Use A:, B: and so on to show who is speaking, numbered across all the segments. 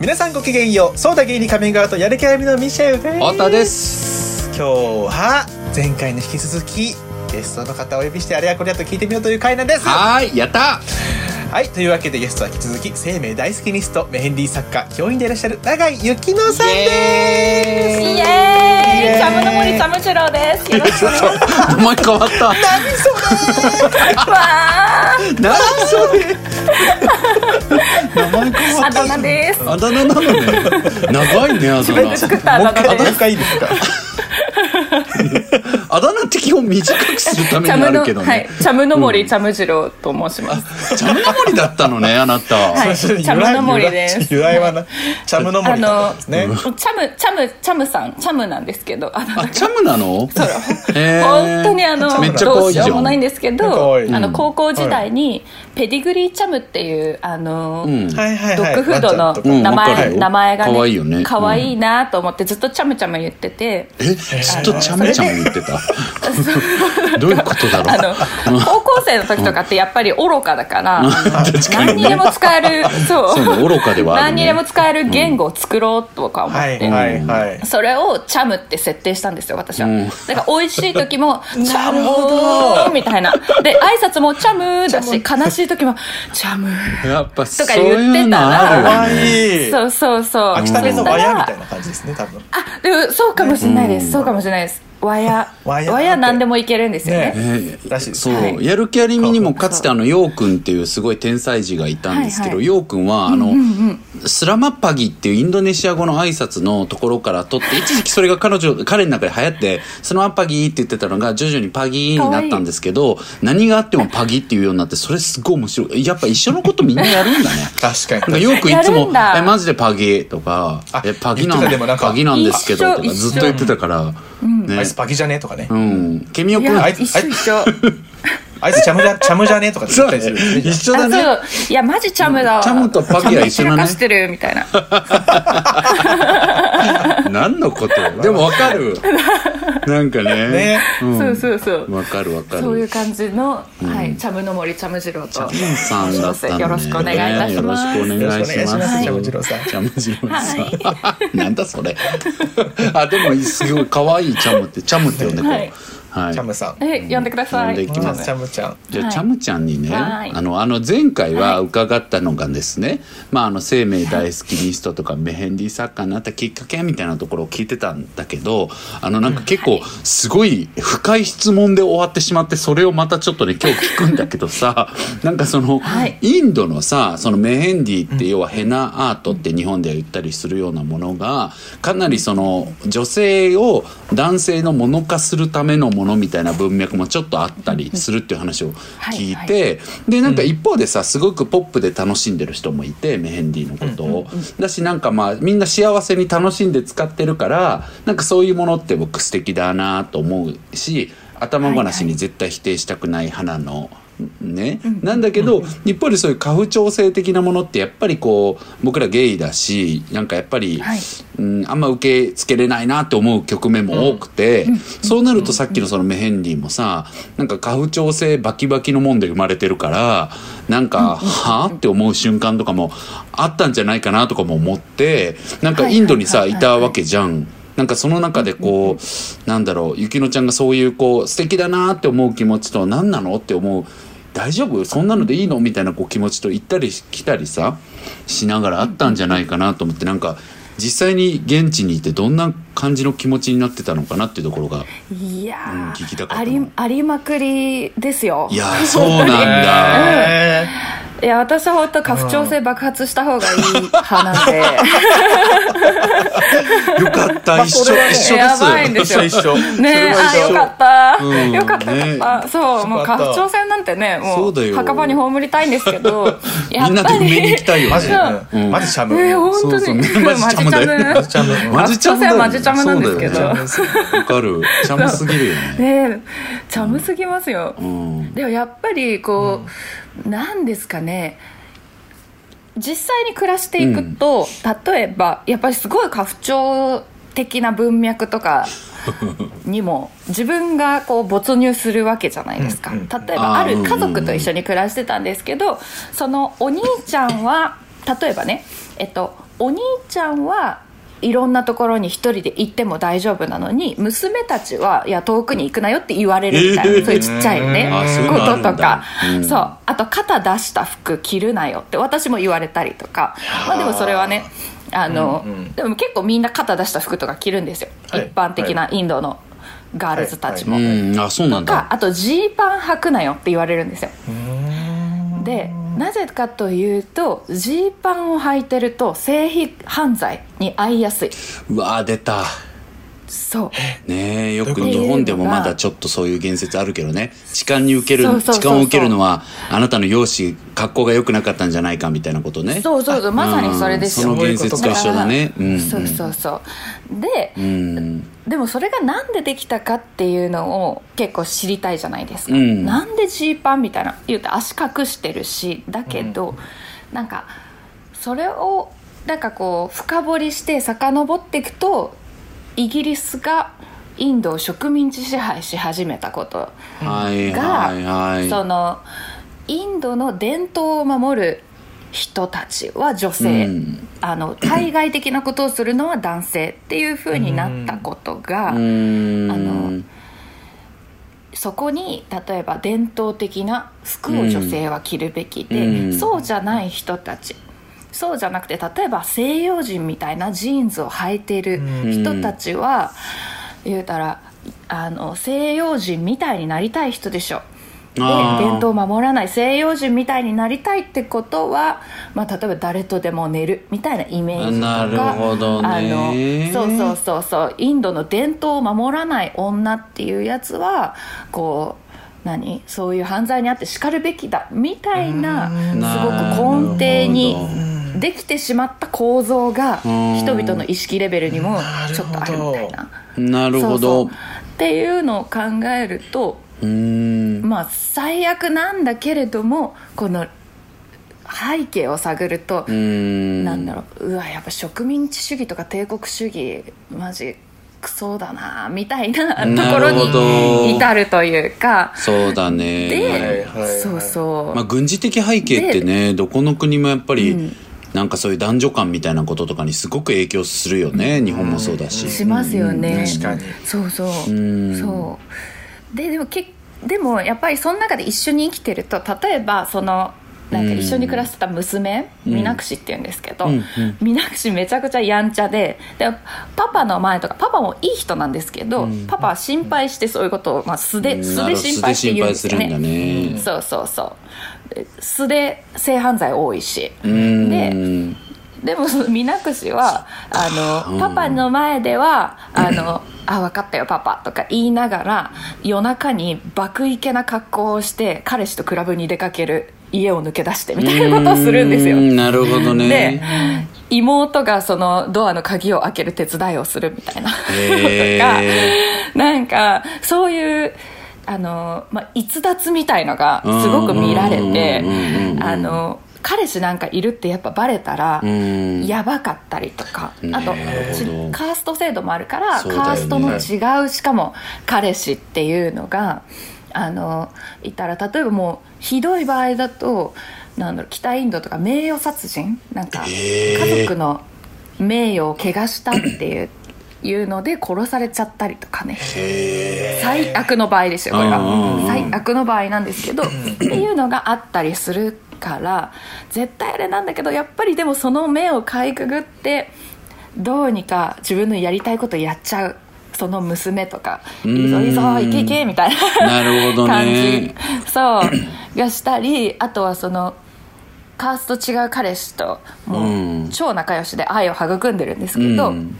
A: 皆さんごきげんようそうだ芸に仮面側とやる気ありのミシェルです
B: 太田です
A: 今日は前回に引き続きゲストの方をお呼びしてあれやこれやと聞いてみようという回なんですは
B: はーいやった
A: いというわけでゲストは引き続き生命大好きニストメヘンディー作家教員でいらっしゃる永井幸乃さんです
C: イエーイ
A: イエーイ
C: サムの森サムチロです。よ ろしくお願いし
B: 名前変わった
C: ます。わー
B: 何それ名前変わ
C: あ
B: っ
C: だ名です。
B: たあだ名なのね長いねあだ
C: 自分で作
B: 名
C: ったあだ名
A: もう
C: で
A: 一回いいですか
B: あだ名って基本短くするため
C: す。チャ
B: にあ
C: ム
B: る
C: の、
B: けど
C: はい
B: ね、
C: チャムの森チャムジロと申します。
B: チャムの森だったのねあなた、
C: はいチャムの森です
A: 由来はなチャムの森だったんですね
C: チャム、チャム、チャムさん、チャムなんですけど、あだ
B: あ
C: 名。
B: チャムなのそうえ
C: 本当にあの
B: めっちゃ
C: ど
B: 可愛
C: う
B: い
C: し
B: じゃ
C: ようも
B: ん
C: ないんですけ
A: 可
C: ど、
A: 愛い
C: あ
A: う
C: の
A: ん
C: 高校時代にペディグリーチャムっていうあの、
B: ん
A: はいはい
C: ド
A: はい
C: ッグフード
A: ワンちゃんとか
C: の名
B: うんわか
C: 前,、
B: るよ
C: 名前がね
B: 可愛いよね
C: 可愛いなと思ってずっとチャムチャム言ってて、
B: えずっとチャムチャム言ってたどういうことだ
C: あ
B: ろう
C: の高校生の時とかってやっぱり愚かだから、あの
B: 確か
C: 何
B: に
C: に
B: ね
C: でも使えるそう
B: そうね愚かではあるね
C: 何にでも使える言語を作ろうとか思
A: は
C: っ
A: い
C: て、
A: はいはい
C: それをチャムって設定したんですよ私は、
B: うん
C: だから美味しい時も「チャム
A: なるほど
C: ー」みたいなで挨拶も「チャムー」だし悲しい時も「チャムー
B: やっぱそ
C: と
B: う
C: か言ってたら
B: いうのある
A: 可
B: わね
A: 愛」い
C: そうそうそう
A: 秋田弁の
C: そした
A: 和
C: ら
A: やみたいな感じですね多分
C: あでもそうかもしれないです、そうかもしれないです和や
A: 和や
C: 和や何でもいけるんですよ
A: ね
C: ね
B: え
A: らしいです
B: そう、
C: はい
B: やる気ありみにもかつてあのようくんっていうすごい天才児がいたんですけ
C: はい
B: ど、
C: はい
B: ようくんはあの、スラマッパギっていうインドネシア語の挨拶のところから取って一時期それが彼女彼の中で流行ってスラマッパギって言ってたのが徐々にパギーになったんですけど何があってもパギっていうようになってそれすごい面白いやっぱ一緒のことみんなやるんだね
A: 確かに
B: なんかよくいつ
C: やる
B: も「
C: んだ
B: えマジでパギ」とか
A: あ
B: えパギなん
A: 言ってたでもなんか
B: パギなんですけど」と
C: 一
B: か
C: 緒
B: ずっと言ってたから、ね
A: あいつパキじゃねえとかね
B: うんケミオ
C: い
B: くん
C: や
A: あいつ
C: 一緒一緒
A: あいつチャムじゃチャムじゃねえとかって言
B: そ
A: っ
B: う
A: た
B: ね
A: りするよね
B: 一緒だ
C: あ
B: ね
C: そういやマジチャムだわ
B: チャムとパキは一緒だね
C: チャム散らかしてるみたいな
B: 何のこと でもわかるなんかね
A: ね
B: うん
C: そうそうそう
B: わかるわかる
C: そういう感じの、はい、チャムの森チャム次郎と
B: ジャムさんだったんだね
C: よろしくお願いいたしま
B: ね
C: す
B: よろしくお願いします
A: よろしくお願いします
B: はいチャムジローさん なんだそれあでもすごい可愛いチャムってチャムって呼んでこう
C: はい
B: はい
A: チャムさんチ
C: え呼んでくださ
B: 呼んで
C: い
B: いきます
A: ャムちゃん
B: じゃ
C: は
B: あ
C: い
B: チャムちゃんにね、
C: はい
B: あのあの前回は伺ったのがですね、まああの生命大好きリストとかメヘンディー作家になったきっかけみたいなところを聞いてたんだけど、あのなんか結構すごい深い質問で終わってしまって、それをまたちょっとね今日聞くんだけどさ、 なんかその、
C: はい
B: インドのさそのメヘンディーって要はヘナアートって日本では言ったりするようなものがかなりその女性を男性のもの化するためのものみたいな文脈もちょっとあったりするっていう話を聞い
C: は
B: てでなんか一方でさすごくポップで楽しんでる人もいてメヘンディーのことをだしなんかまあみんな幸せに楽しんで使ってるからなんかそういうものって僕素敵だなと思うし頭ごなしに絶対否定したくない花のね、なんだけど、一方でそういう家父調整的なものってやっぱりこう僕らゲイだしなんかやっぱり、
C: はい
B: うん、あんま受け付けれないなって思う局面も多くて、そうなるとさっきのそのメヘンディーもさなんか家父調整バキバキのもんで生まれてるからなんか、はあって思う瞬間とかもあったんじゃないかなとかも思ってなんかインドにさ、
C: はいいはいはいはい
B: たわけじゃん。なんかその中でこう、なんだろう、ゆきのちゃんがそういうこう、素敵だなって思う気持ちと、何なのって思う、大丈夫そんなのでいいのみたいなこう気持ちと行ったり来たりさ、しながらあったんじゃないかなと思って、なんか、実際に現地にいてどんな感じの気持ちになってたのかなっていうところが、
C: いやー
B: うん聞きたかった
C: ありありまくりですよ
B: いやー、そうなんだ。
A: え
C: いや私は本当過不調性爆発した方がいい派なんで
B: よかった、
A: まあ
B: 一緒、
A: それはね
B: 一緒
C: やばいん
B: で。
C: ですすよ
A: 一緒一緒
C: ね
A: それ
C: え
A: は
C: あ
A: 一緒
C: よかった、
B: うん
C: よかったよかった、
B: ね
C: そうもう
A: よかった
C: 家父長戦なんてねも
B: そう
C: う
B: だよ
C: 墓場に葬りたいんですけどや
B: みん
C: っ
B: な
C: ぱ
B: で埋
C: り
B: めに行きたいよね。
A: マジで
B: うん
A: マジチャム
C: えー、本
B: そ
C: 当
B: う そう
C: に
B: マジチャムだよね
C: マジチャム
A: ム
B: マジチャムだよね
C: マジチャムなんですけど
B: そうだよねわかる。チャムすぎるよね。
C: ねえチャムすぎますよ、
B: うん。
C: でもやっぱりこう、なんですかね実際に暮らしていくと、例えばやっぱりすごい家父長的な文脈とかにも自分がこう没入するわけじゃないですか、
A: うんうん
C: 例えば
B: あー
C: ある家族と一緒に暮らしてたんですけどそのお兄ちゃんは例えばねえっとお兄ちゃんはいろんなところに一人で行っても大丈夫なのに娘たちはいや遠くに行くなよって言われるみたいな、
B: えー
C: そういうちっちゃいね
B: あそういう
C: こ
B: のあ
C: と
B: るんだ
C: とか、
B: うん
C: そうあと肩出した服着るなよって私も言われたりとかまあでもそれはねあの、
A: うんうん
C: でも結構みんな肩出した服とか着るんですよ、
A: はい
C: 一般的なインドのガールズたちも、
B: うんあそうなん
C: か
B: だ
C: あとジーパン履くなよって言われるんですよでなぜかというとジーパンを履いてると性犯罪に遭いやすいう
B: わー出た
C: そう
B: ねえよく
A: どういう
C: こと
B: 日本でもまだちょっとそういう言説あるけどね痴漢に受ける
C: そうそうそうそう
B: 痴漢を受けるのはあなたの容姿格好が良くなかったんじゃないかみたいなことね
C: そうそうそうまさにそれですよ
B: うんその言説と一緒だねうん
C: そうそうそうで、
B: うん
C: でもそれがなんでできたかっていうのを結構知りたいじゃないですか、
B: うん
C: なんでジーパンみたいな言うと足隠してるしだけど、なんかそれをなんかこう深掘りして遡っていくとイギリスがインドを植民地支配し始めたこと
B: はい
C: が、
B: はいはい
C: そのインドの伝統を守る人たちは女性、
B: うん
C: あの対外的なことをするのは男性っていう風になったことが、
B: うん
C: あのそこに例えば伝統的な服を女性は着るべきで、
B: うん
C: そうじゃない人たちそうじゃなくて例えば西洋人みたいなジーンズを履いてる人たちは、言うたらあの西洋人みたいになりたい人でしょ。で
B: あー
C: 伝統を守らない西洋人みたいになりたいってことは、まあ、例えば誰とでも寝るみたいなイメージとか
B: なるほどね
C: あのそうそうそうそうインドの伝統を守らない女っていうやつはこう何そういう犯罪にあってしかるべきだみたいなすごく根底に
B: なるほ
C: できてしまった構造が
B: うん
C: 人々の意識レベルにもちょっとあるみたい
A: なる
C: な。
B: なるほ
C: そ
B: ど
C: うそうっていうのを考えると
B: うん
C: まあ最悪なんだけれどもこの背景を探ると、
B: うん
C: なんだろううわやっぱ植民地主義とか帝国主義マジクソだなみたいなところ
B: なるほど
C: に至るというか
B: そうだね
C: で、
A: はいはいはい
C: そうそう、
B: まあ、軍事的背景ってねどこの国もやっぱり、
C: うん
B: なんかそういう男女間みたいなこととかにすごく影響するよね、日本もそうだし。
C: しますよね、
A: 確かに
C: そうそう、
B: ん
C: そうででもけでもやっぱりその中で一緒に生きてると例えばそのなんか一緒に暮らしてた娘
B: ん
C: みなくしって言うんですけど、
B: うんうん
C: みなくしめちゃくちゃやんちゃででパパの前とかパパもいい人なんですけど、パパは心配してそういうことを、まあ、素で素
B: な
C: で
B: る
C: 心配して言うんですす
B: る
C: よ
B: んだ
C: ね
B: ね。
C: そうそうそうで素で性犯罪多いし、
B: うん
C: ででもそのみなくしはあのパパの前では「あの あ分かったよパパ」とか言いながら夜中に爆イケな格好をして彼氏とクラブに出かける家を抜け出してみたいなことをするんですよ
B: うなるほど
C: で
B: ね。
C: 妹がそのドアの鍵を開ける手伝いをするみたいな
B: へ
C: とかなんかそういうあの、まあ、逸脱みたいのがすごく見られて
B: うんうんうんうんうん
C: あの彼氏なんかいるってやっぱバレたら、
B: うん
C: やばかったりとか、
B: ね
C: あと
B: なるほ
C: ち
B: ど
C: カースト制度もあるから、
B: そうだよね
C: カーストの違うしかも彼氏っていうのがあのいたら例えばもうひどい場合だとなんだろう北インドとか名誉殺人なんか
B: へー
C: 家族の名誉を怪我したっていういうので殺されちゃったりとかね最悪の場合ですよこれ
B: うんうんうん
C: が最悪の場合なんですけどっていうのがあったりするから絶対あれなんだけどやっぱりでもその目をかいくぐってどうにか自分のやりたいことやっちゃうその娘とか「いいぞいいぞいけいけ」みたいな
B: なるほど
C: 感じ、
B: ね。
C: そうがしたりあとはそのカースト違う彼氏とも
B: うん
C: う超仲良しで愛を育んでるんですけど、
B: うん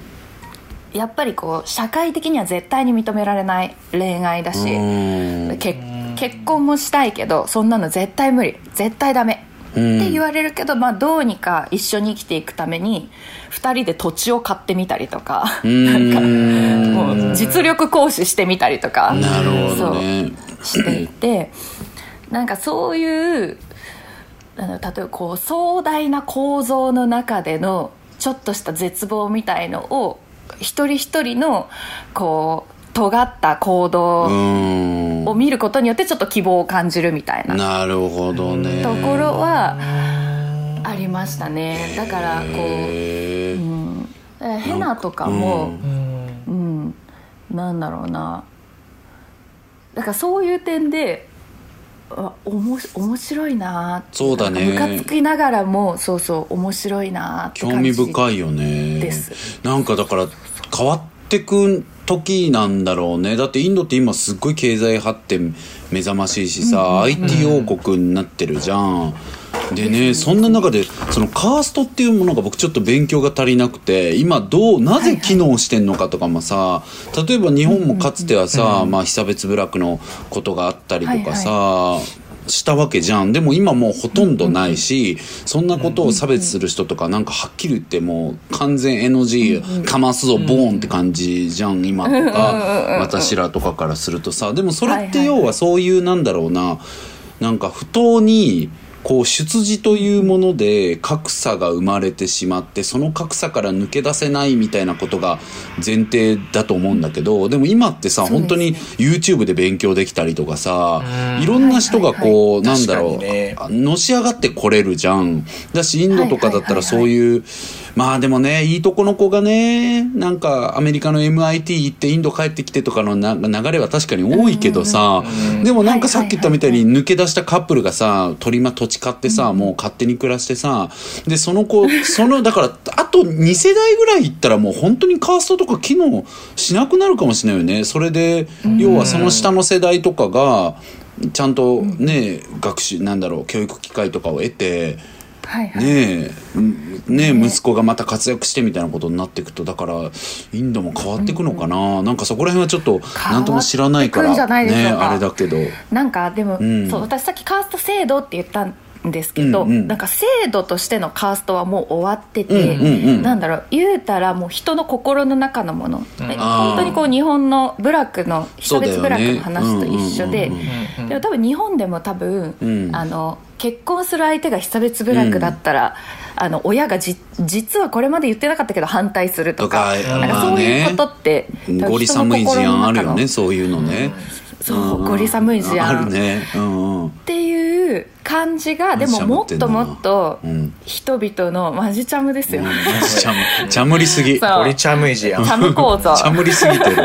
C: やっぱりこう社会的には絶対に認められない恋愛だし、
B: うん
C: け結婚もしたいけどそんなの絶対無理絶対ダメ、
B: うん
C: って言われるけど、まあ、どうにか一緒に生きていくために2人で土地を買ってみたりとか
B: うん
C: もう実力行使してみたりとか
B: なるほどね。
C: そうしていてなんかそういうあの例えばこう壮大な構造の中でのちょっとした絶望みたいのを一人一人のこう尖った行動
B: うん
C: を見ることによってちょっと希望を感じるみたいな
B: なるほどね。
C: ところはありましたねだからこ
B: へー
C: う、えヘナとかも
A: う、ん
C: うんなんだろうなだからそういう点であおもし面白いなって
B: そうだね
C: なんかムカつきながらもそうそう面白いなって
B: 興
C: 感
B: 味
C: じ
B: 深いよね
C: です
B: なんかだから変わってく時なんだろうねだってインドって今すっごい経済発展目覚ましいしさ、IT 王国になってるじゃん。でねそんな中でそのカーストっていうものが僕ちょっと勉強が足りなくて今どうなぜ機能してんのかとかもさ例えば日本もかつてはさ、まあ、被差別部落のことがあったりとかさ、したわけじゃんでも今もうほとんどないし、そんなことを差別する人とかなんかはっきり言ってもう完全 NG かますぞボーンって感じじゃん今とか私らとかからするとさでもそれって
C: はいはい
B: 要はそういうなんだろうななんか不当にこう出自というもので格差が生まれてしまってその格差から抜け出せないみたいなことが前提だと思うんだけどでも今ってさ、
C: そうですね
B: 本当に YouTube で勉強できたりとかさ
A: うん
B: いろんな人がこう
A: はいはいは
B: な
A: い
B: んだろう
A: 確かにね
B: あのし上がってこれるじゃんだしインドとかだったら
C: はいはいはいはい
B: そういうまあでもねいいとこの子がねなんかアメリカの MIT 行ってインド帰ってきてとかのな流れは確かに多いけどさでもなんかさっき言ったみたいに抜け出したカップルがさ取りま土地買ってさもう勝手に暮らしてさでその子そのだからあと2世代ぐらい行ったらもう本当にカーストとか機能しなくなるかもしれないよねそれで要はその下の世代とかがちゃんとね、学習なんだろう教育機会とかを得て
C: はいはい、
B: ねえうんねえ息子がまた活躍してみたいなことになっていくとだからインドも変わっていくのかな、なんかそこら辺はちょっと何とも知らないか
C: 変わ
B: ら
C: ってくんじゃないでし
B: ね
C: ょうか
B: あれだけど
C: なんかでも、
B: うん
C: そう私さっきカースト制度って言ったんですけど、
B: うんうん
C: なんか制度としてのカーストはもう終わってて、
B: うんうんうん
C: なんだろう言うたらもう人の心の中のもの、で
B: あー
C: 本当にこう日本の部落の被差別
B: そう
C: 部
B: だよね
C: 落の話と一緒で、
B: うんうんうん
A: うん
C: でも多分日本でも多分、
B: うん
C: あの結婚する相手が被差別部落だったら、あの親がじ実はこれまで言ってなかったけど反対するとか
B: とか
C: なんか
B: まあ
C: そう
B: ね
C: いうことって、多分
B: ゴリ
C: 人の
B: 寒い事
C: 心の
B: 案ある
C: 中
B: よ
C: の
B: ねそういうのね。
C: そ
B: ん
C: う、
B: ん
C: ゴリ寒い事案
B: あるね。うんうん
C: っていう感じがでももっともっと
B: うん
C: 人々のマジチャムですよ、
B: ちゃむ ちゃむりすぎ。ち
C: そう
B: ゃ
A: ゴリチャムイジやん
C: チャム 構造チ
B: むりすぎ てる。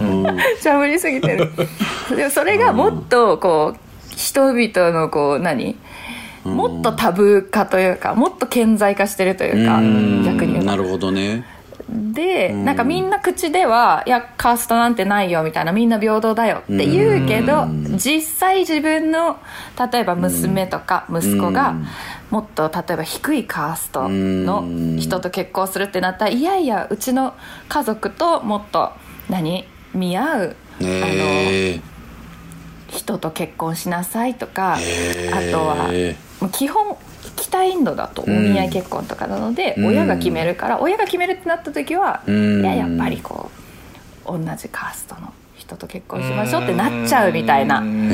B: うん
C: ャムりすぎてるでもそれがもっとこう人々のこう何もっとタブー化というかもっと顕在化してるというか
B: うん
C: 逆に言うと
B: なるほどね。
C: で、なんかみんな口では「いやカーストなんてないよ」みたいな「みんな平等だよ」って言うけど、実際自分の例えば娘とか息子が、
B: うん
C: もっと例えば低いカーストの人と結婚するってなったら、いやいやうちの家族ともっと何見合う、あの
B: えー
C: 人と結婚しなさいとか、
B: へー
C: あとはもう基本北インドだとお見合い結婚とかなので、
B: うん
C: 親が決めるから親が決めるってなった時は、
B: うん
C: いややっぱりこう同じカーストの人と結婚しましょうってなっちゃうみたいな。
A: うん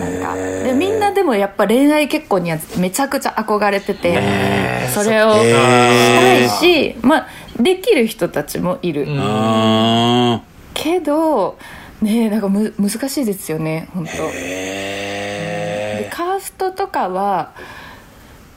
C: なんかでみんなでもやっぱ恋愛結婚にはめちゃくちゃ憧れてて、
B: へ
C: それを
B: へー
C: したいし、まあ、できる人たちもいる、
A: ん
B: あ
C: けどねえなんかむ難しいですよね本当
B: ーへ
C: でカーストとかは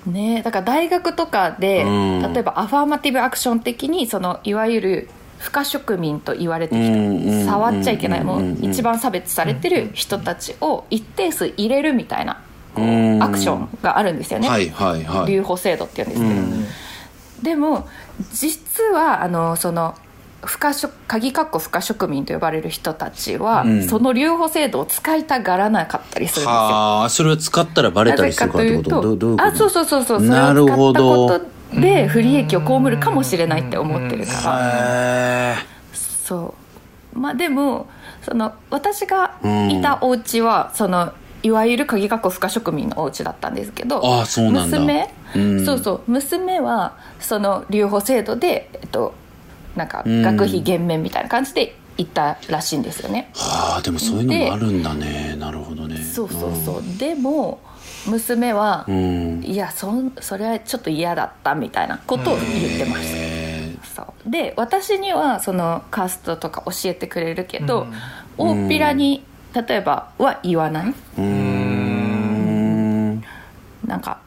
C: ねだから大学とかで、
B: うん
C: 例えばアファーマティブアクション的にそのいわゆる不可植民と言われてきた、
B: うんうんうん
C: 触っちゃいけないも
B: うん
C: う
B: うんうん
C: 一番差別されてる人たちを一定数入れるみたいなこう
B: うん
C: アクションがあるんですよ
B: ー
C: ね、
B: はいはいはい
C: 留。保制度っていうんですけど、
B: うん
C: でも実はあのその不可植鍵括弧不可植民と呼ばれる人たちは、
B: うん
C: その留保制度を使いたがらなかったりするんですよ。
B: はあそれを使ったらバレ
C: な
B: た
C: ぜ
B: りす
C: か
B: るかっ
C: と
B: て
C: い
B: こ
C: う
B: と
C: と
B: どうどういうこと
C: あそうそうそうそうそれを使
B: な
C: った
B: るほど
C: ことで不利益を被るかもしれないって思ってるか
B: へ
C: らそうまあでもその私が
B: うん
C: いたお家はそのいわゆる鍵括弧不可植民のお家だったんですけど
B: あそうなんだ
C: 娘、
B: うん
C: そうそう娘はその留保制度で、えっと、なんか
B: うん
C: 学費減免みたいな感じで行ったらしいんですよね
B: ー、はあでもそういうのもあるんだねなるほどね
C: そうそうそうでも娘は、
B: うん
C: いやそんそれはちょっと嫌だったみたいなことを言ってました
B: へ
C: そうで私にはそのカーストとか教えてくれるけ
B: う
C: ど、
B: ん
C: 大っぴらに例えばは言わない
B: ーうーん
C: なんか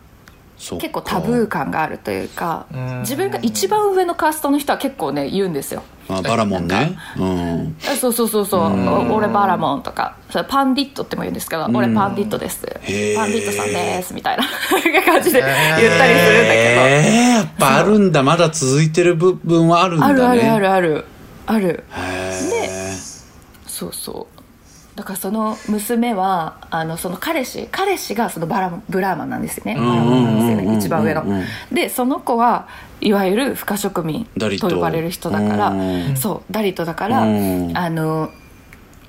B: そっか
C: 結構タブー感があるというか
A: うん
C: 自分が一番上のカーストの人は結構ね言うんですよ
B: まあ、バラモンね。うん。
C: あそうそうそうそうお俺バラモンとかそれパンディットっても言うんですけど俺パンディットですパン
B: へー
C: ディットさんですみたいな 感じで言ったりするんだけ
B: ええやっぱあるんだ。まだ続いてる部分はあるん
C: ど
B: だ
C: あ
B: ね。
C: るあるあるあるある
B: へ
C: そうそうだからその娘はあのその彼氏彼氏がそのバラブラーマンなんですよねバラモンなんですよね一番上の
B: うんうんうん
C: でその子はいわゆる不可植民
B: ダ
C: と
B: リト
C: 呼ばれる人だか
B: う
C: らそうダリトだから
B: うん
C: あの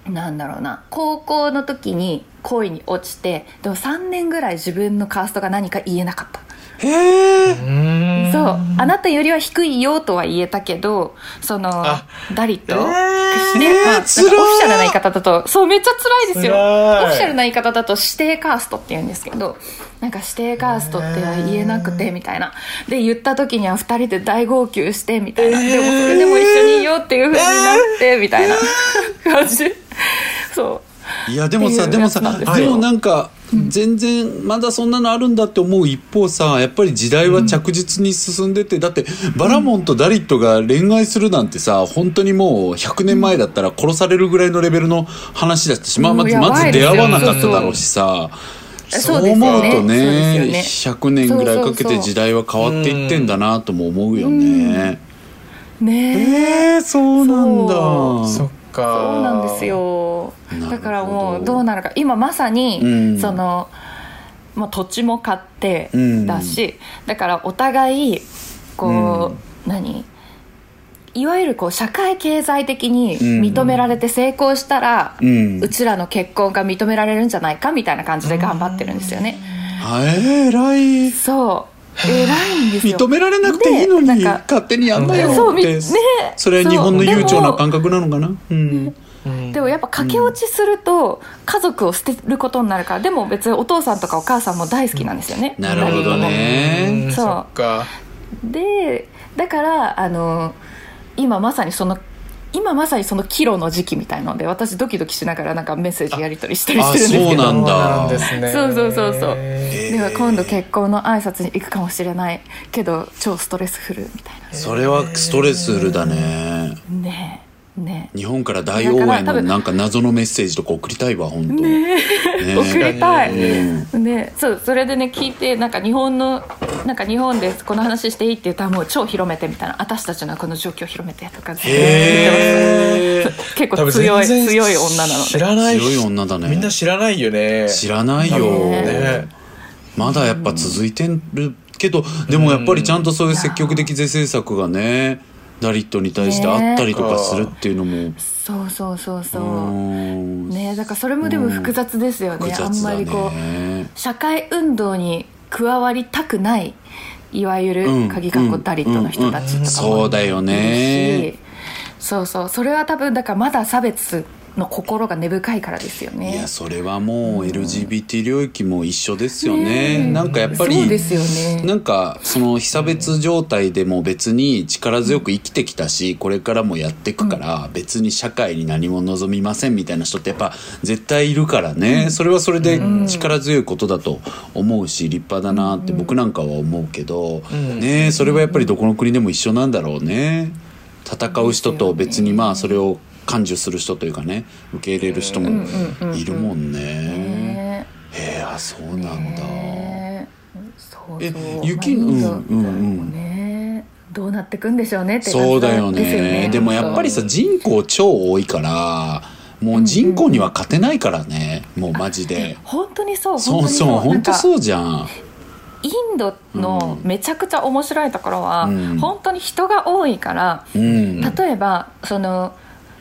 C: なんだろうな高校の時に恋に落ちてでも3年ぐらい自分のカーストが何か言えなかった
B: え。へえ。
A: うん
C: そうあなたよりは低いよとは言えたけどその
A: あ
C: ダリと、
A: えー
C: ねまあなんかオフィシ
B: 辛い
C: ャルな言い方だとそうめっちゃ辛いですよ
A: 辛い
C: オフィシャルな言い方だと指定カーストって言うんですけどなんか指定カーストっては言えなくてみたいなで言った時には2人で大号泣してみたいな、でもそれでも一緒にいようっていう風になってみたいな 感じそう
B: いやでも
C: っ
B: さ
C: ていう
B: でも
C: やつなん
B: さ
C: ですよ
B: でもなんか全然まだそんなのあるんだって思う一方さやっぱり時代は着実に進んでてだってバラモンとダリットが恋愛するなんてさ本当にもう100年前だったら殺されるぐらいのレベルの話だったしまあ
C: も
B: ま
C: う
B: ず
C: やばい
B: まず
C: です
B: 出
C: よ
B: 会わなかっただろうしさ
C: そう
B: そ
C: そう
B: う思うと
C: そうですよねそう
B: ね
C: ですよね
B: 100年ぐらいかけて時代は変わっていってんだなとも思うよね。
C: ねえ
B: えーそうなんだ。
A: そっか
C: そうなんですよ
B: なるほど
C: だからもうどうなるか今まさに、
B: うん
C: その、まあ、土地も買って
B: うん
C: だし、だからお互いこう、何いわゆるこう社会経済的に認められて成功したら、
B: う
C: うんちらの結婚が認められるんじゃないかみたいな感じで頑張ってるんですよね、
B: あえらい。
C: そう偉いんですよ
B: 認められなくていいの
C: でなん
B: に
C: か
B: 勝手にやんなよ
C: そう
B: っ
C: み
B: て、
C: ね
B: それは日本の
C: そう
B: 悠長
C: で
B: な
C: も
B: 感覚なのかなうん
A: うん
C: でもやっぱ駆け落ちすると家族を捨てることになるから、でも別にお父さんとかお母さんも大好きなんですよね、
B: なるほど
A: う
B: ね
A: ん
C: そう
A: そっか
C: でだからあの今まさにその今まさにその岐路の時期みたいので私ドキドキしながらなんかメッセージやり取りしたりしてるんで
B: そ
C: すけ
B: うな
C: ど
B: んだ
A: そうなんですね
C: そうそうそうそう
A: え
C: では今度結婚の挨拶に行くかもしれないけど超ストレスフルみたい
B: それはストレスフルだね
C: なねえね
B: 日本から大応
C: だか
B: 援の
C: ら多分
B: なんか謎のメッセージとか送りたいわ本当ね
C: え送りたい、
B: うん
C: でそうそれでね聞いてなんか日本のなんか日本でこの話していいって言ったらもう超広めてみたいな私たちのこの状況広めてとか
B: へー
C: 結
A: 多
C: 構
A: 分
C: 強い
A: 全然
C: 強い女なの
A: 知
C: で
A: らない
B: 強い女だね
A: みんな知らないよね
B: 知らないよ、
A: ね
B: まだやっぱ続いてるけどでもやっぱりちゃんとそういう積極的是正策がねダリットに対してあったりとかするっていうのも
C: そうそうそうそううんねだからそれもでも複雑ですよね,、
B: 複
C: あん
B: 雑
C: ま
B: だ
C: りこう
B: ね
C: 社会運動に加わりたくないいわゆる鍵かっこダリットの人たちと
B: うん
C: かも、
B: うんうんそうだよね
C: いるしそうそうそれは多分だからまだ差別の心が根深いからですよね
B: いやそれはもう LGBT 領域も一緒ですよね、なんかやっぱ
C: そうで
B: り
C: すよね
B: なんかその被差別状態でも別に力強く生きてきたしこれからもやっていくから別に社会に何も望みませんみたいな人ってやっぱ絶対いるからねそれはそれで力強いことだと思うし立派だなって僕なんかは思うけど
A: ん
B: ねそれはやっぱりどこの国でも一緒なんだろうね戦う人と別にまあそれを感受する人というかね受け入れる人もいるもんね。
C: ね
B: へえあそうなんだ。
C: ねそう
B: え
C: そう
B: 雪
C: まあ
B: うん
C: インド
B: うんうん
C: ねどうなってくんでしょうねって感じ
B: そうだよね
C: です
B: でもやっぱりさ人口超多いからもう人口には勝てないからね、もうマジで
C: 本当にそう
B: そ
C: 本
B: う
C: 当に
B: そう
C: な
B: 本
C: んか
B: 当そうじゃん
C: インドのめちゃくちゃ面白いところは、
B: うん
C: 本当に人が多いから、
B: うんあ
C: 例えばその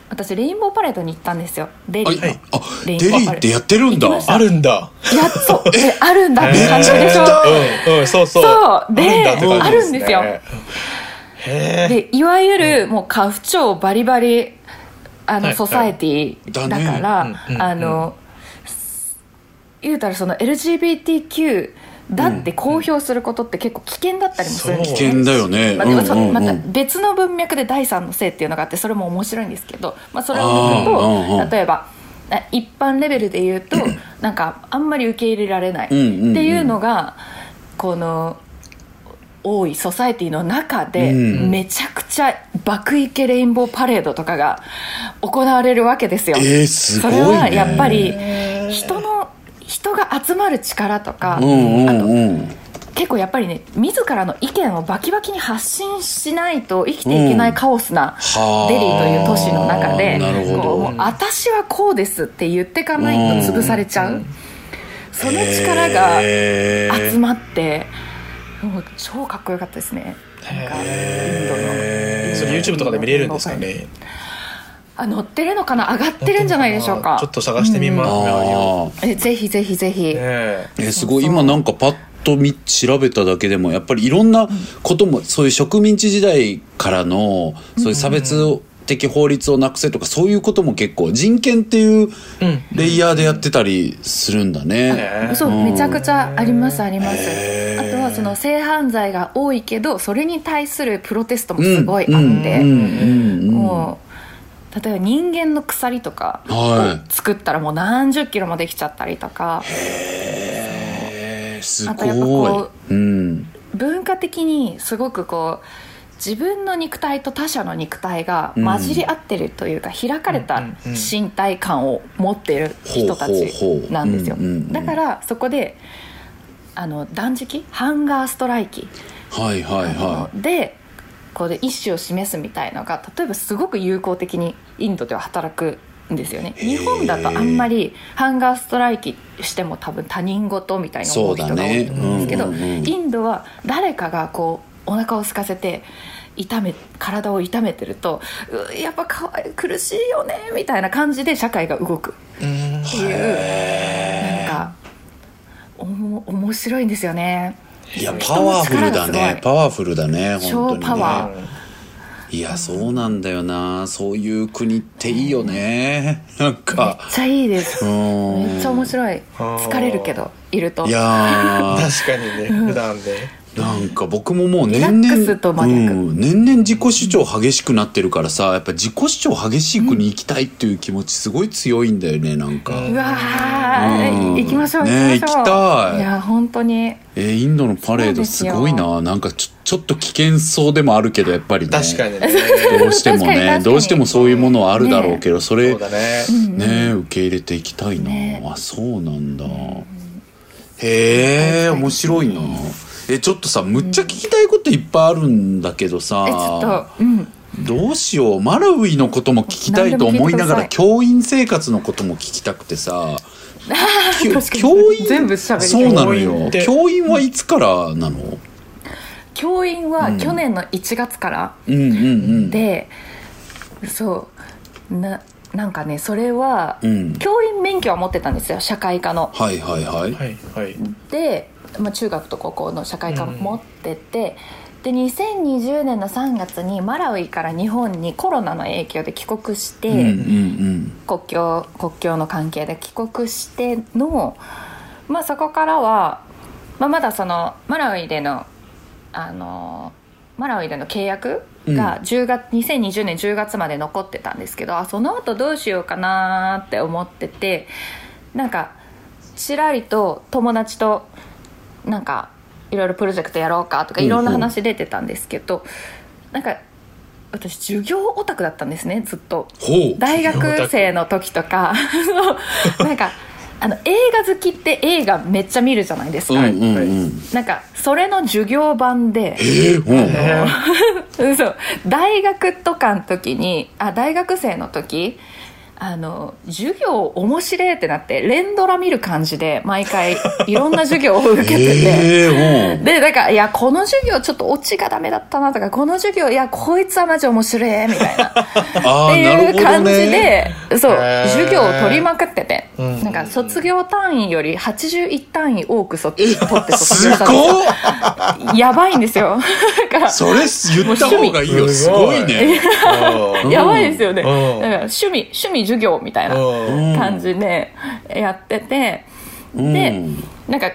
C: 私レインボーパレードに行ったんですよデリーの、
A: はい
B: あ
C: レイ
B: デ
C: ン
B: リ
C: ボー
B: ーってやってるんだ
C: 行きました
A: あるんだ
C: やっとえあるんだって
A: え
C: 感じでしょ、
A: うんうんそうそう
C: そうで
A: あるんだって感じね
C: あるん
A: へえ
C: でいわゆるもう家父長バリバリあ
A: は
C: の
A: い
C: ソサエティ
B: だ
C: だ
B: ね
C: から、
A: うんうん
C: あの言うたらその LGBTQ だって公表することって結構危険だったりもするんです
A: そう
B: 危険だよね、
C: ま
B: う
C: あで
B: んう
C: もそ
B: んうん
C: また別の文脈で第三の性っていうのがあってそれも面白いんですけど、まあ、それを抜
B: あーうんう
C: く
B: ん
C: と例えばあ一般レ ベルで言うとなんかあんまり受け入れられないって
B: うんうんうん
C: いうのがこの多いソサエティの中で、
B: うん
C: めちゃくちゃ爆イケレインボーパレードとかが行われるわけですよ。
B: えー、すご
C: そ
B: い、ね。
C: れはやっぱり人の人が集まる力とか、
B: うんう
C: あと
B: んうん。
C: 結構やっぱりね自らの意見をバキバキに発信しないと生きていけないカオスな、
B: はあ
C: デリーという都市の中で
B: なるほ
C: こ
B: ど
C: うもう私はこうですって言ってかないと潰されちゃう、その力が
B: へー
C: 集まって、もう超かっこよかったですねなんかインド
B: へ
C: の
B: ー
A: それ YouTube とかで見れるんですかね
C: あ乗ってるのかな上がってるんじゃないでしょうか
A: ちょっと探してみます、
C: うん
A: ね
B: ああ
C: えぜひぜひぜひ、
A: え
B: えーすごい今なんかパッと見調べただけでもやっぱりいろんなこともそういう植民地時代からのそういう差別的法律をなくせとかそういうことも結構人権っていう
A: うん
B: レイヤーでやってたりするんだね。
A: ね
C: そう
B: うん
C: めちゃくちゃありますあります
B: へー
C: あとはその性犯罪が多いけどそれに対するプロテストもすごいあって、
B: うんうんうん
C: もう例えば人間の鎖とか
B: は
C: を作ったらもう何十キロもできちゃったりとか、
B: えーす
C: あとやっぱこ
B: ごい。うん
C: 文化的にすごくこう自分の肉体と他者の肉体が混じり合ってるというか、開かれた身体感を持っている人たち
B: ほうほうほう
C: なんですよ
B: うんうんうん
C: だからそこであの断食ハンガーストライキ
B: はいはいは
C: でこうで意思を示すみたいのが例えばすごく友好的にインドでは働くんですよね
B: ー
C: 日本だとあんまりハンガーストライキしても多分他人事みたいな思う人が多いと思うんですけど、
B: そうだねうんうんうん
C: インドは誰かがこうお腹を空かせて痛め体を痛めてるとうーやっぱかわい苦しいよねみたいな感じで社会が動く
A: うん
C: っていうなんかおも面白いんですよね。
B: い。いやパワフルだ
C: 人の力がすご
B: ね
C: い
B: パワフルだね本当にね。
C: 超パワー
B: いや、そうなんだよな。そういう国っていいよね。なん
C: め
B: か。
C: っちゃいいです
B: うん。
C: めっちゃ面白い
A: あー
C: 疲れるけどいると
B: いやー
A: 確かにね普段で
B: なんか僕ももう
C: リラ
B: 年
C: ッ
B: 々、
C: クスとマニアック
B: うん、年々自己主張激しくなってるからさ、やっぱ自己主張激しい国行きたいっていう気持ちすごい強いんだよね、なんか。
C: うわー
B: うん
C: い行きましょう
B: ね
C: 行きましょう
B: 行きたい
C: や本当に
B: えーインドのパレードすごい
C: そ
B: な。
C: う
B: なんかちょちょっと危険そうでもあるけど、やっぱりね。
A: 確かにね
B: どうしても
C: 確かに確か
B: ね、
C: に
B: どうしてもそういうものはあるだろうけど、それ、
A: そうだね
B: ねえ受け入れていきたいな、
C: ね
B: あそうなんだ、へえ面白いなえちょっとさむっちゃ聞きたいこといっぱいあるんだけどさ、
C: えちょっとうん
B: どうしようマラウイのことも聞きたいと思いながら
C: 何でも聞いてください
B: 教員生活のことも聞きたくてさきゅ
C: 確かに
B: 教員
C: 全部喋りたい
B: そうなのよ
A: 教員って
B: 教員はいつからなの、
C: 教員は去年の1月から
B: うん、うんうん
C: でそうななんかねそれは
B: うん
C: 教員免許は持ってたんですよ社会科の
B: はいはいはい、
A: はいはい
C: で、まあ、中学と高校の社会科持ってて、で2020年の3月にマラウイから日本にコロナの影響で帰国して、
B: うんうん
C: 国境国境の関係で帰国しての、まあ、そこからは、まあ、まだそのマラウイでのあのマラウイでの契約が10月、2020年10月まで残ってたんですけどあその後どうしようかなーって思っててなんかちらりと友達となんかいろいろプロジェクトやろうかとか
B: うんう
C: い
B: ん
C: ろんな話出てたんですけど、なんか私授業オタクだったんですねずっと。
B: ほう
C: 大学生の時 とかあのなんかあの映画好きって映画めっちゃ見るじゃないです
B: うん
C: か、
B: うんうん
C: なんかそれの授業版で
B: えー、 うん
A: ね
C: そう大学とかの時にあ大学生の時あの授業面白いってなって連ドラ見る感じで毎回いろんな授業を受けてて。
B: えー、うん
C: で、なんか、いや、この授業ちょっとオチがダメだったなとか、この授業、いや、こいつはマジ面白い、みたいな。
B: あ
C: っ
B: あ
C: て
B: なる
C: い
B: ほど
C: う感じ
B: ね
C: で、そう、
A: へー
C: 授業を取りまくってて、
A: うん
C: なんか卒業単位より81単位多くそ取って卒
B: す
C: 業した んですよ
B: ごっ
C: やばいんですよ。 だから、
B: それ言った方がいいよ。す
A: す
B: ご
A: ごい
B: いね。
A: うん
C: やばいですよね。だ
A: う
C: か
A: ん
C: ら趣味、趣味授業みたいな
A: うん
C: 感じでやってて、
B: うん
C: で、なんか、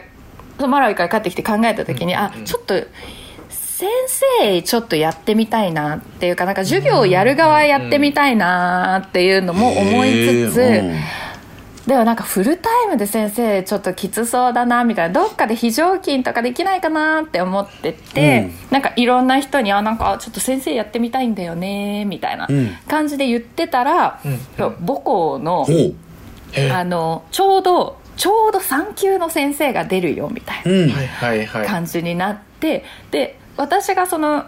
C: そのマラウイから帰ってきて考えた時に、あ、ちょっと、先生ちょっとやってみたいなっていうか、なんか授業をやる側やってみたいなっていうのも思いつつ、
B: へーうん
C: でもなんかフルタイムで先生ちょっときつそうだなみたいなどっかで非常勤とかできないかなって思ってて、なんかいろんな人に「あなんかちょっと先生やってみたいんだよね」みたいな
B: うん
C: 感じで言ってたら、
A: うん
C: そう母校の
B: ほう
A: へえ
C: あ
A: は
C: のちょうどちょうど3級の先生が出るよみたいな。
B: うん
A: いはいはい
C: 感じになってで私がその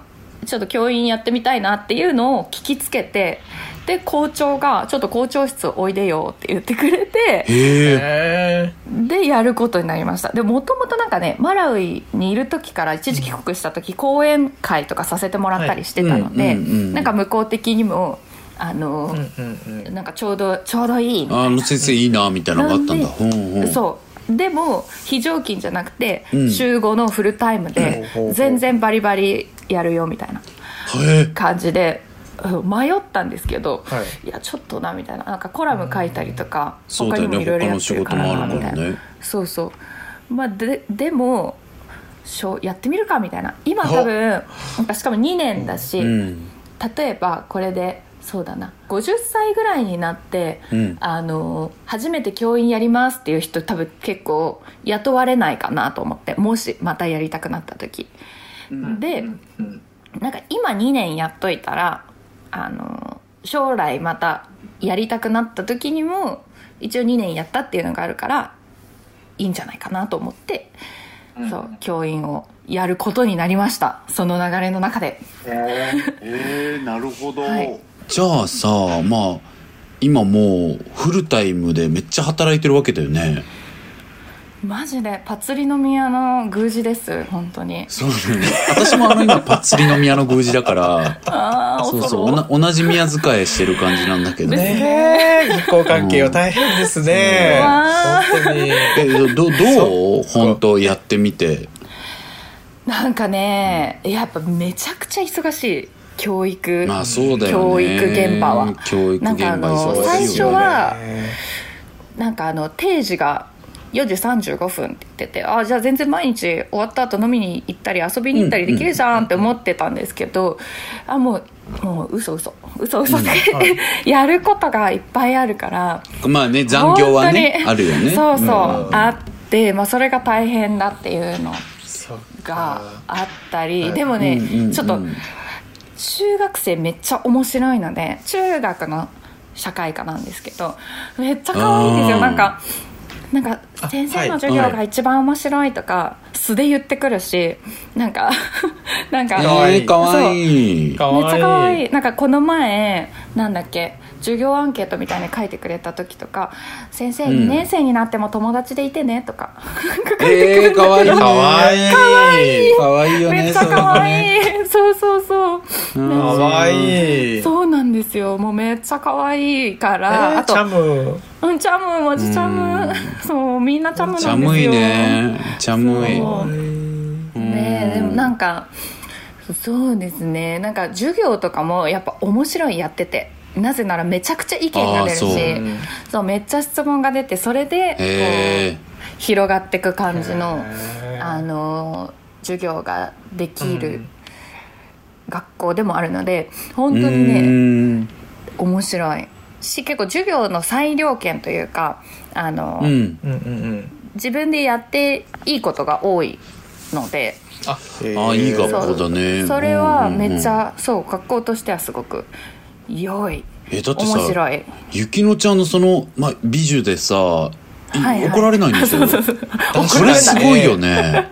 C: ちょっと教員やってみたいなっていうのを聞きつけてで校長が「ちょっと校長室おいでよ」って言ってくれて
B: へえ
A: へ
C: でやることになりましたでもともとなんかねマラウイにいる時から一時帰国した時講演会とかさせてもらったりしてたの
B: はいう
C: で
B: んうんうん
C: なんか向こう的にもあ
A: ーう、ん
C: の
A: うんうん
C: なんかちょうどちょうどいいみたいな
B: あの先生いいなみたいなのがあったんだ
C: なん
B: ほうほう
C: そうでも非常勤じゃなくて、
B: うん
C: 週5のフルタイムで
A: うん
C: 全然バリバリやるよみたいな
B: へえ
C: 感じでうん迷ったんですけど、、
A: はい
C: やちょっとなみたいななんかコラム書いたりとか、
B: そう
C: 他
B: だ
C: に
B: よ
C: も
B: ね
C: いろいろ
B: 他
C: や
B: の
C: って
B: 仕
C: る
B: 事
C: から
B: も
C: な
B: ある
C: み
B: か
C: た
B: ら
C: いな、
B: ね
C: そうそうまあででもしょうやってみるかみたいな今多分なんかしかも2年だし、
B: うん
C: 例えばこれでそうだな50歳ぐらいになって、
B: うん
C: あの初めて教員やりますっていう人多分結構雇われないかなと思ってもしまたやりたくなった時、でなんか今2年やっといたらあの将来またやりたくなった時にも一応2年やったっていうのがあるからいいんじゃないかなと思って、そう教員をやることになりましたその流れの中で。
D: えー、なるほど、
C: はい
B: じゃあさまあ今もうフルタイムでめっちゃ働いてるわけだよね
C: マジでパツリの宮の宮司です本当に
B: そうだよね私もあの今パッツリの宮の宮司だから
C: ああ
B: そ
C: 恐
B: う
C: ろ
B: そうおな同じ宮遣いしてる感じなんだけど
C: です
A: ねえ交関係は大変ですね
C: うんう
A: 本
C: わ
A: 当に
B: えどどどう本当やってみて
C: なんかねやっぱめちゃくちゃ忙しい教育
B: まあそうだよね
C: 教育現場は
B: 教育現場
C: なんかあ
B: 忙し
C: の
B: いよね
C: 最初はなんかあの定時が4時35分って言っててあじゃあ全然毎日終わった後飲みに行ったり遊びに行ったりできるじゃんって思ってたんですけど、あもうもう嘘嘘嘘嘘って、 やることがいっぱいあるから
B: まあね残業はね
C: 本当に
B: あるよね
C: そうそう、
A: うん
C: あって、まあ、それが大変だっていうの
A: そっ
C: が
A: か
C: あったり、
A: はい
C: でもね、
B: うんうんうん
C: ちょっと中学生めっちゃ面白いので中学の社会科なんですけどめっちゃ可愛いんです
B: あ
C: よ
B: ー
C: なんかなんか先生の授業が一番面白いとか素で言ってくるしなんか なんか、
B: え
A: 可愛い
B: ー、かわいい
A: か
C: めっちゃ可
A: わ
C: 愛
A: い
C: いなんかこの前なんだっけ授業アンケートみたいに書いてくれた時とか「先生
B: ん
C: 2年生になっても友達でいてね」とか、
B: えー、かわいい
A: かわいい
B: かわいいよね
C: めっちゃ可愛いそうそうそう
A: かわいい
C: そうなんですよもうめっちゃ可愛いから、
A: えー
C: あと
A: チャム
C: うんチャムマジチャムそうみんなチャムなんですよ
B: 寒いね寒い
C: そう
B: うん
C: ねえでもなんかそうですねなんか授業とかもやっぱ面白いやっててなぜならめちゃくちゃ意見が出るし
B: あ
C: そう
B: ー
C: めっちゃ質問が出てそれでこう、
B: へ
C: 広がっていく感じの、
A: へー
C: あのー授業ができる学校でもあるので本
B: ー
C: 当にね、
B: うーん
C: 面白いし結構授業の裁量権というかあの、
B: うん
A: うんうんうん
C: 自分でやっていいことが多いので
A: あ
B: あいい学
C: そう
B: 校だね
C: それはめっち
B: うんうんうん
C: ゃそう学校としてはすごく良い
B: えだって
C: 面
B: さ
C: 白い
B: ゆきのちゃんのその、まあ、美女でさ、い
C: はいはい
B: 怒られないん ですよそれすごいよね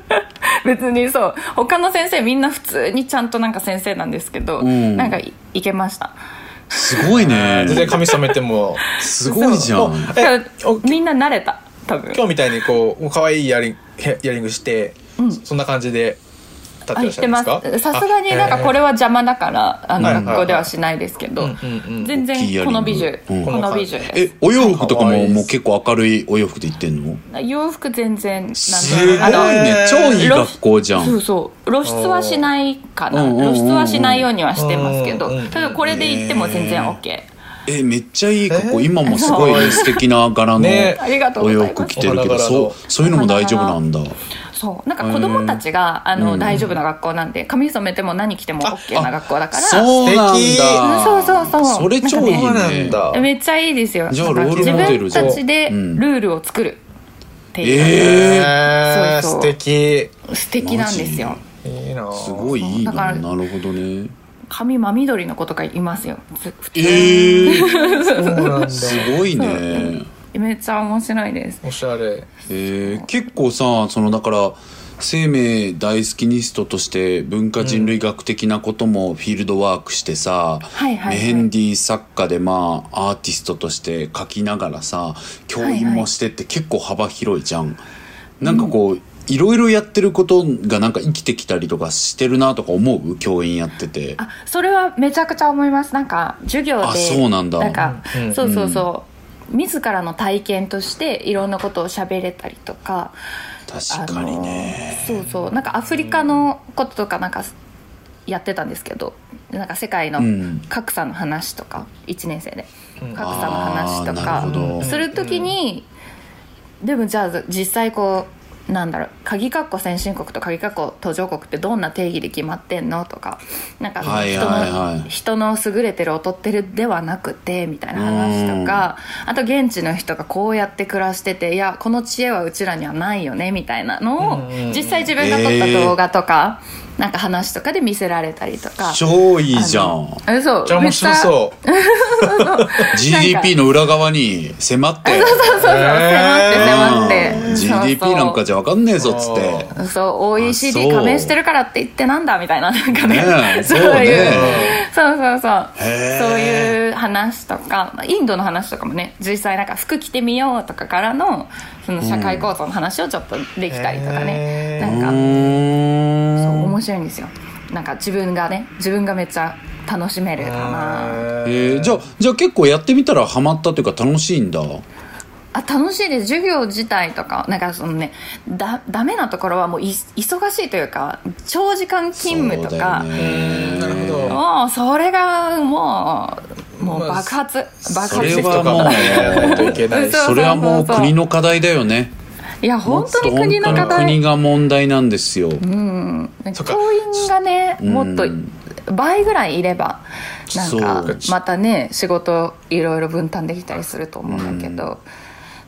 C: 別にそう他の先生みんな普通にちゃんとなんか先生なんですけど、
B: うん
C: なんかいいけました
B: すごいね
A: 全然髪染めても
B: すごいじゃ
A: お
B: ん
A: え
C: だから
A: お
C: みんな慣れた多分
A: 今日みたいにこう可愛いイヤリングヘイヤリングして、そんな感じで立って
C: あ
A: ら
C: 言
A: っ
C: っ
A: しゃるん
C: て
A: で
C: ますす
A: か
C: さすがになんかこれは邪魔だからあの
A: はいはいはい
C: 学校ではしないですけど、
A: うんうんうん
C: 全
B: 大きい
C: 然
B: やり
C: この美女、
B: うん
C: この美女です
B: えお洋服とか
A: かわい
B: も
A: いです
B: もう結構明るいお洋服で行ってんの
C: 洋服全然なん
B: すごい
C: あの
B: ね超いい学校じゃ
C: そうんそう露出はしないかな
B: うんうんうんうん
C: 露出はしないようにはしてますけど
A: うんうんうん
C: ただこれで行っても全然 OK、
B: えめっちゃいい学校
A: え
B: 今もすごいね素敵な柄の
A: ね
C: ありがとう
B: お
C: ござい
B: 洋
C: ます
B: 服着てるけ
A: お花
B: ど
A: 柄の
B: そうそういうのも大丈夫なんだ
C: そうなんか子供たちが、あの、
B: うん
C: 大丈夫な学校なんで髪染めても何着ても
A: あ
C: OK な学校だから
B: そうなんだ。
C: うんそうそうそう
B: それ超いいね。
A: そうなんだ
C: めっちゃいいですよ
B: じゃあ
C: なんか
B: ロールモデル
C: 自分たち
B: う
C: でル
B: ん
C: ールを作るっていう、
B: え
A: えー、
C: そうそ
A: 素
C: う
A: 敵
C: 素敵なんですよ
B: マ
A: いいな
B: ー、すごいいいな。
C: だから
B: なるほどね。
C: 髪真緑の子とかいますよず普通
B: え
C: に
B: ー、
A: そうなんだ
B: すごいね。
C: めっちゃ面白いです
A: おしゃれ
B: えー、結構さそのだから生命大好きニストとして文化人類学的なこともフィールドワークしてさ、
C: はいはいはい
B: メヘンディー作家でまあアーティストとして書きながらさ教員もしてって結構幅広いじゃん。なんかこう、いろいろやってることがなんか生きてきたりとかしてるなとか思う教員やってて。
C: あそれはめちゃくちゃ思いますなんか授業で
B: あそうなんだ
C: か、
A: うん
C: そうそうそう、自らの体験としていろんなことを喋れたりとか
B: 確かにね。
C: あのそうそうなんかアフリカのこととかなんかやってたんですけどなんか世界の
B: うん
C: 格差の話とか、1年生で
A: うん
C: 格差の話と
B: あ
C: か
B: ーなるほど
C: する時に、でもじゃあ実際こうなんだろう鍵括弧先進国と鍵括弧途上国ってどんな定義で決まってんのとかなんか人の,、
B: はいはいはい
C: 人の優れてる劣ってるではなくてみたいな話とかあと現地の人がこうやって暮らしてていやこの知恵はうちらにはないよねみたいなのを
A: うん
C: 実際自分が撮った動画とか、なんか話とかで見せられたりとか。
B: 超いいじゃん。
C: あのそう
A: じゃあ面白そう
C: なんか
B: GDP の裏側に迫って。
C: そうそうそう、迫って迫って。
B: GDP なんかじ
C: ゃ。
B: ゃ分かんねえぞっつっ
A: あ
B: て。
C: そう、
B: あそ
C: OECD
B: う
C: 加盟してるからって言ってなんだみたいな、なんか
B: ねえ
C: ね、そう
B: そうね
C: いう、そうそうそう、
B: へえ
C: そういう話とか、まあインドの話とかもね、実際なんか服着てみようとかからの、その社会構造の話をちょっとできたりとかね、
A: へ
B: う
C: なんか、そう、
B: ーん
C: 面白いんですよ。なんか自分がね、自分がめっちゃ楽しめるかな。
B: えーじゃあ、じゃあ結構やってみたらハマったというか楽しいんだ。
C: あ楽しいです授業自体とかなんかそのねだダメなところはもうい忙しいというか長時間勤務とか
B: そう
A: う
B: だよね
A: んなるほど
C: もうそれがもうもう
A: まあ
C: 爆発、爆
B: そ
C: 発
B: れ
C: してき
B: は
C: た
A: とか ね ないといけないし
C: そう
B: それはもう
C: そうそう
B: 国の課題だよね。
C: いや本当に国の課
B: 本当に
C: 題
B: 国が問題なんですよ。
A: そっか
C: 教員がねもっと
B: うん
C: 倍ぐらいいればなん
B: そ
C: か
B: う
C: またね仕事いろいろ分担できたりすると思うんだけど、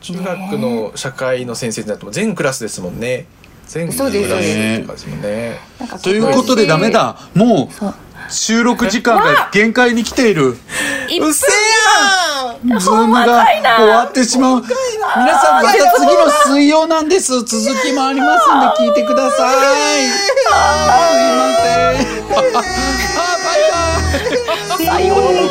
A: 中学の社会の先生になっても全クラスですもんね全ク
C: そ
A: ラ
C: うですそう
A: ス
B: です
A: とかですもんね
C: なんか今年
B: ということでダメだ。もう収録時間が限界に来ている。
C: 一
B: うっ
C: 分
B: せえなズームが終わってしまう。皆さんまた次の水曜なんです。続きもありますんで聞いてください。 あーすいません。あ、バイバイ。
C: だよ